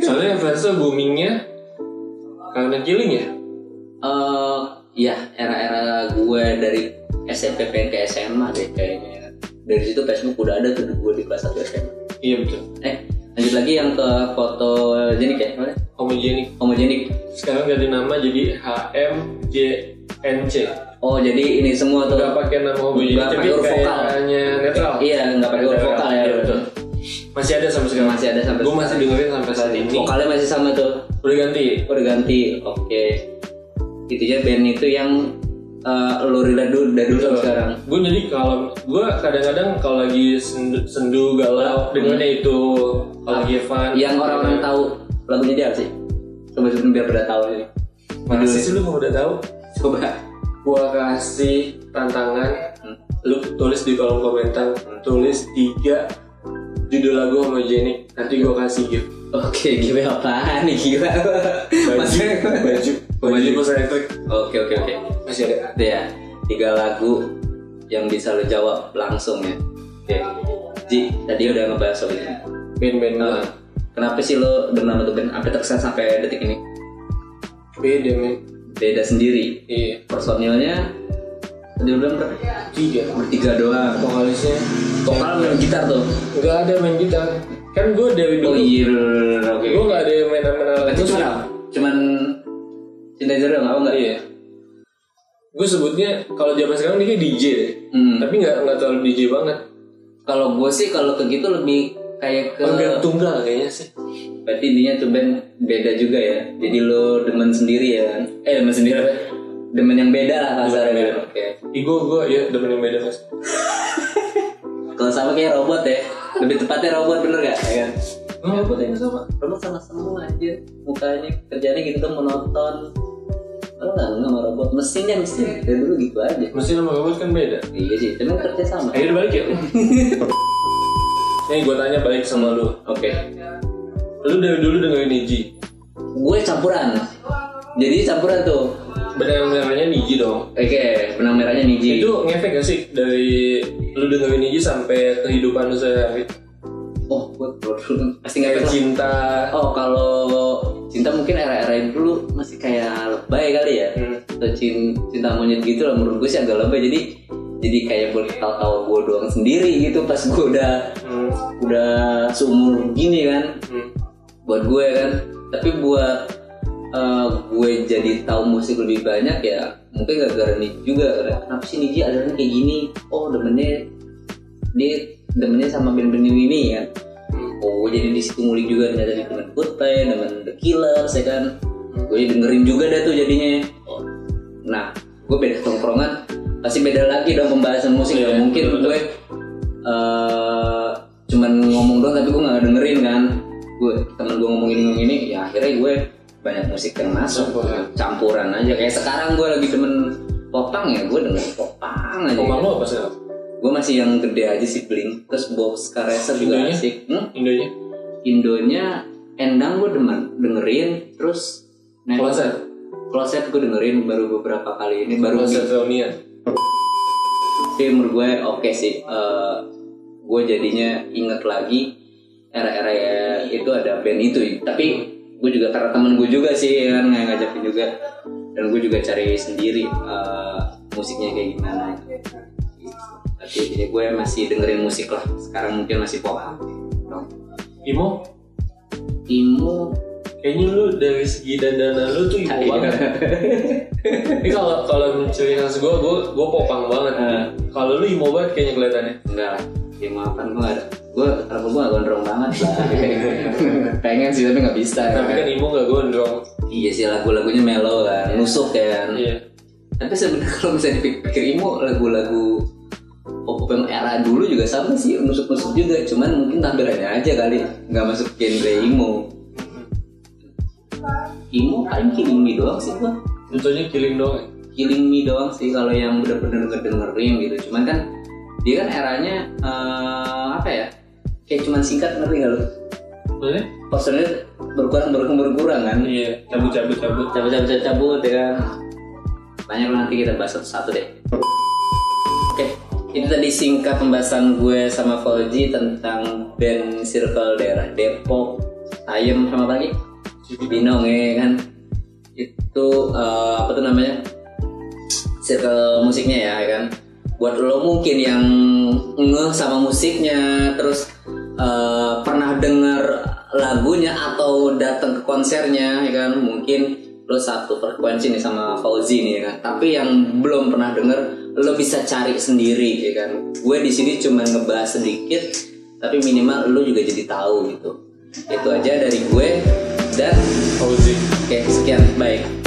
Speaker 2: soalnya Friendster boomingnya karena killing ya
Speaker 1: Eh, ya era-era gue dari SMP pengen ke SMA deh kayaknya. Dari situ Facebook udah ada tuh gue di kelas 1 SMA.
Speaker 2: iya betul
Speaker 1: Eh, lanjut lagi yang ke foto jenik ya, mana?
Speaker 2: homogenik
Speaker 1: Homogenik.
Speaker 2: sekarang ganti nama jadi HMJNC
Speaker 1: Oh, jadi ini semua tuh.
Speaker 2: nggak pakai nama
Speaker 1: Oh, iya.
Speaker 2: homogenik
Speaker 1: Nggak
Speaker 2: tapi
Speaker 1: pakai huruf vokal.
Speaker 2: kayaknya netral
Speaker 1: Iya, nggak pakai huruf
Speaker 2: Netral.
Speaker 1: vokal ya.
Speaker 2: Iya, betul. masih ada sampai sekarang
Speaker 1: Masih ada sampai
Speaker 2: gue masih dengerin sampai saat ini
Speaker 1: Vokalnya masih sama tuh.
Speaker 2: udah ganti
Speaker 1: Udah ganti. Oke. Intinya band itu yang eh, lo relate dulu dari dulu sampai sekarang.
Speaker 2: gue jadi kalau gue kadang-kadang kalau lagi sendu, sendu galau dengernya itu kalau lagi
Speaker 1: Ah,
Speaker 2: fun
Speaker 1: Yang orang-orang tahu lagunya dia apa sih? Coba sebutin biar pada tahu ini.
Speaker 2: masih sih lu mau udah tahu
Speaker 1: Coba.
Speaker 2: gue kasih tantangan
Speaker 1: Hmm.
Speaker 2: lu tulis di kolom komentar tulis tiga judul lagu homogenik nanti gue kasih gift
Speaker 1: Oke, gila apaan nih gila.
Speaker 2: baju
Speaker 1: Masih-
Speaker 2: baju baju bos elektrik
Speaker 1: Oke, oke, oke.
Speaker 2: masih ada
Speaker 1: Itu ya tiga lagu yang bisa lo jawab langsung ya. Oke. Ji, tadi udah ngebahas soal ini.
Speaker 2: band-band
Speaker 1: Nah, kenapa sih lo bernama tuh band sampai terkesan sampai detik ini?
Speaker 2: beda men
Speaker 1: Beda sendiri.
Speaker 2: iya
Speaker 1: Personilnya tadi lo bilang berapa?
Speaker 2: tiga
Speaker 1: Bertiga doang.
Speaker 2: vokalisnya
Speaker 1: Vokal main gitar tuh.
Speaker 2: nggak ada main gitar kan gue dari
Speaker 1: Oh
Speaker 2: dulu
Speaker 1: iya, bener, bener, bener, oke.
Speaker 2: gue nggak ada yang main-main alat
Speaker 1: Berarti
Speaker 2: musik
Speaker 1: cuman cuman cinta doang apa enggak?
Speaker 2: iya gue sebutnya kalau zaman sekarang dia DJ deh
Speaker 1: Hmm.
Speaker 2: tapi nggak nggak terlalu DJ banget
Speaker 1: Kalau gue sih kalau ke gitu lebih kayak ke
Speaker 2: penggal tunggal kayaknya sih
Speaker 1: Berarti intinya tuh band beda juga ya. Jadi lo demen sendiri ya kan? Eh demen sendiri. apa? Demen yang beda lah kasarnya.
Speaker 2: Demen
Speaker 1: kan?
Speaker 2: yang beda.
Speaker 1: Oke.
Speaker 2: Ih, gue gue ya demen yang beda mas
Speaker 1: Kalau sama kayak robot ya. Lebih tepatnya robot bener gak? Ya kan?
Speaker 2: Nggak apa yang sama
Speaker 1: Robot sama semua aja. Mukanya kerjanya gitu tuh monoton. Kalau nggak nggak sama robot mesin ya mesin. Dari dulu gitu aja.
Speaker 2: mesin sama robot kan beda
Speaker 1: Iya sih. Tapi kerja sama.
Speaker 2: akhirnya balik ya (laughs) nih gue tanya balik sama lu
Speaker 1: Oke.
Speaker 2: lu dari dulu dengerin Niji
Speaker 1: Gue campuran. Jadi campuran tuh.
Speaker 2: benang merahnya Niji dong
Speaker 1: Oke, benang merahnya Niji.
Speaker 2: itu ngefek gak sih dari lu dengerin Niji sampai kehidupan lu sehari-hari
Speaker 1: Oh, gue dulu pasti nggak
Speaker 2: kayak
Speaker 1: pernah.
Speaker 2: cinta
Speaker 1: Oh kalau cinta mungkin era-era yang dulu masih kayak lebay kali ya
Speaker 2: Hmm.
Speaker 1: atau cin- cinta monyet gitu lah menurut gue sih agak lebay jadi jadi kayak buat tahu-tahu gue doang sendiri gitu pas gue udah
Speaker 2: Hmm,
Speaker 1: udah seumur gini kan
Speaker 2: hmm.
Speaker 1: buat gue kan tapi buat eh, gue jadi tahu musik lebih banyak ya mungkin gak gara Niji juga karena kenapa sih Niji adanya kayak gini oh demennya dia demennya sama band-band ini kan oh gue jadi di situ ngulik juga ternyata dia demen Kutai demen The Killers ya kan gue dengerin juga dah tuh jadinya nah gue beda tongkrongan pasti beda lagi dong pembahasan musik
Speaker 3: Iya,
Speaker 1: Gak mungkin
Speaker 3: betul-betul.
Speaker 1: gue eh, cuman ngomong doang tapi gue gak dengerin kan gue temen gue ngomong ini ngomong ini ya akhirnya gue banyak musik yang masuk
Speaker 3: Campuran.
Speaker 1: campuran aja kayak sekarang gue lagi demen popang ya gue denger popang aja
Speaker 2: Komang lo apa sih? Al?
Speaker 1: gue masih yang gede aja sih Blink terus Box Caressa juga
Speaker 2: Indonya?
Speaker 1: asik hmm?
Speaker 2: Indonya?
Speaker 1: Indonya Endang gue demen dengerin terus naik
Speaker 2: Kloset?
Speaker 1: kloset gue dengerin baru beberapa kali ini baru
Speaker 2: Kloset Reunion?
Speaker 1: sih menurut gue oke sih Eh, gue jadinya inget lagi era-era ya, itu ada band itu tapi gue juga karena temen gue juga sih ya kan yang ngajakin juga dan gue juga cari sendiri eh, musiknya kayak gimana tapi ya, gue masih dengerin musik lah sekarang mungkin masih pop dong
Speaker 2: Imo?
Speaker 1: Imo
Speaker 2: Kayaknya lu dari segi dandana lu tuh Imo (laughs) banget Ini kalau kalau mencuri khas gue, gue gue popang banget.
Speaker 1: Eh.
Speaker 2: Kalau lu imo banget kayaknya kelihatannya.
Speaker 1: enggak lah Imo apa gue ada gue terlalu gue gondrong banget lah (laughs) pengen sih tapi nggak bisa ya
Speaker 2: Tapi
Speaker 1: kan.
Speaker 2: kan imo gak gondrong.
Speaker 1: Iya sih lagu-lagunya mellow kan, nusuk kan.
Speaker 2: Iya.
Speaker 1: Tapi sebenarnya (laughs) kalau misalnya dipikir imo lagu-lagu pop yang era dulu juga sama sih nusuk-nusuk juga, cuman mungkin tampilannya aja kali nggak masuk genre imo. Imo paling killing me doang sih gua,
Speaker 2: Contohnya killing dong.
Speaker 1: killing me doang sih kalau yang bener-bener ngedengerin gitu. Cuman kan dia kan eranya eh, apa ya? Kayak cuman singkat ngerti nggak lu?
Speaker 2: Maksudnya?
Speaker 1: Posternya berkurang berkurang berkurang kan?
Speaker 2: Iya. Cabut cabut cabut.
Speaker 1: cabut cabut cabut, cabut ya kan banyak nanti kita bahas satu satu deh oke itu tadi singkat pembahasan gue sama Fauji tentang band circle daerah Depok Ayem sama apa lagi Binong ya kan itu eh, apa tuh namanya circle musiknya ya ya kan buat lo mungkin yang ngeh sama musiknya terus eh, pernah denger lagunya atau datang ke konsernya ya kan mungkin lo satu frekuensi nih sama Fauzi nih ya kan tapi yang belum pernah denger lo bisa cari sendiri ya kan gue di sini cuma ngebahas sedikit tapi minimal lo juga jadi tahu gitu itu aja dari gue dan
Speaker 2: Fauzi.
Speaker 1: oke sekian baik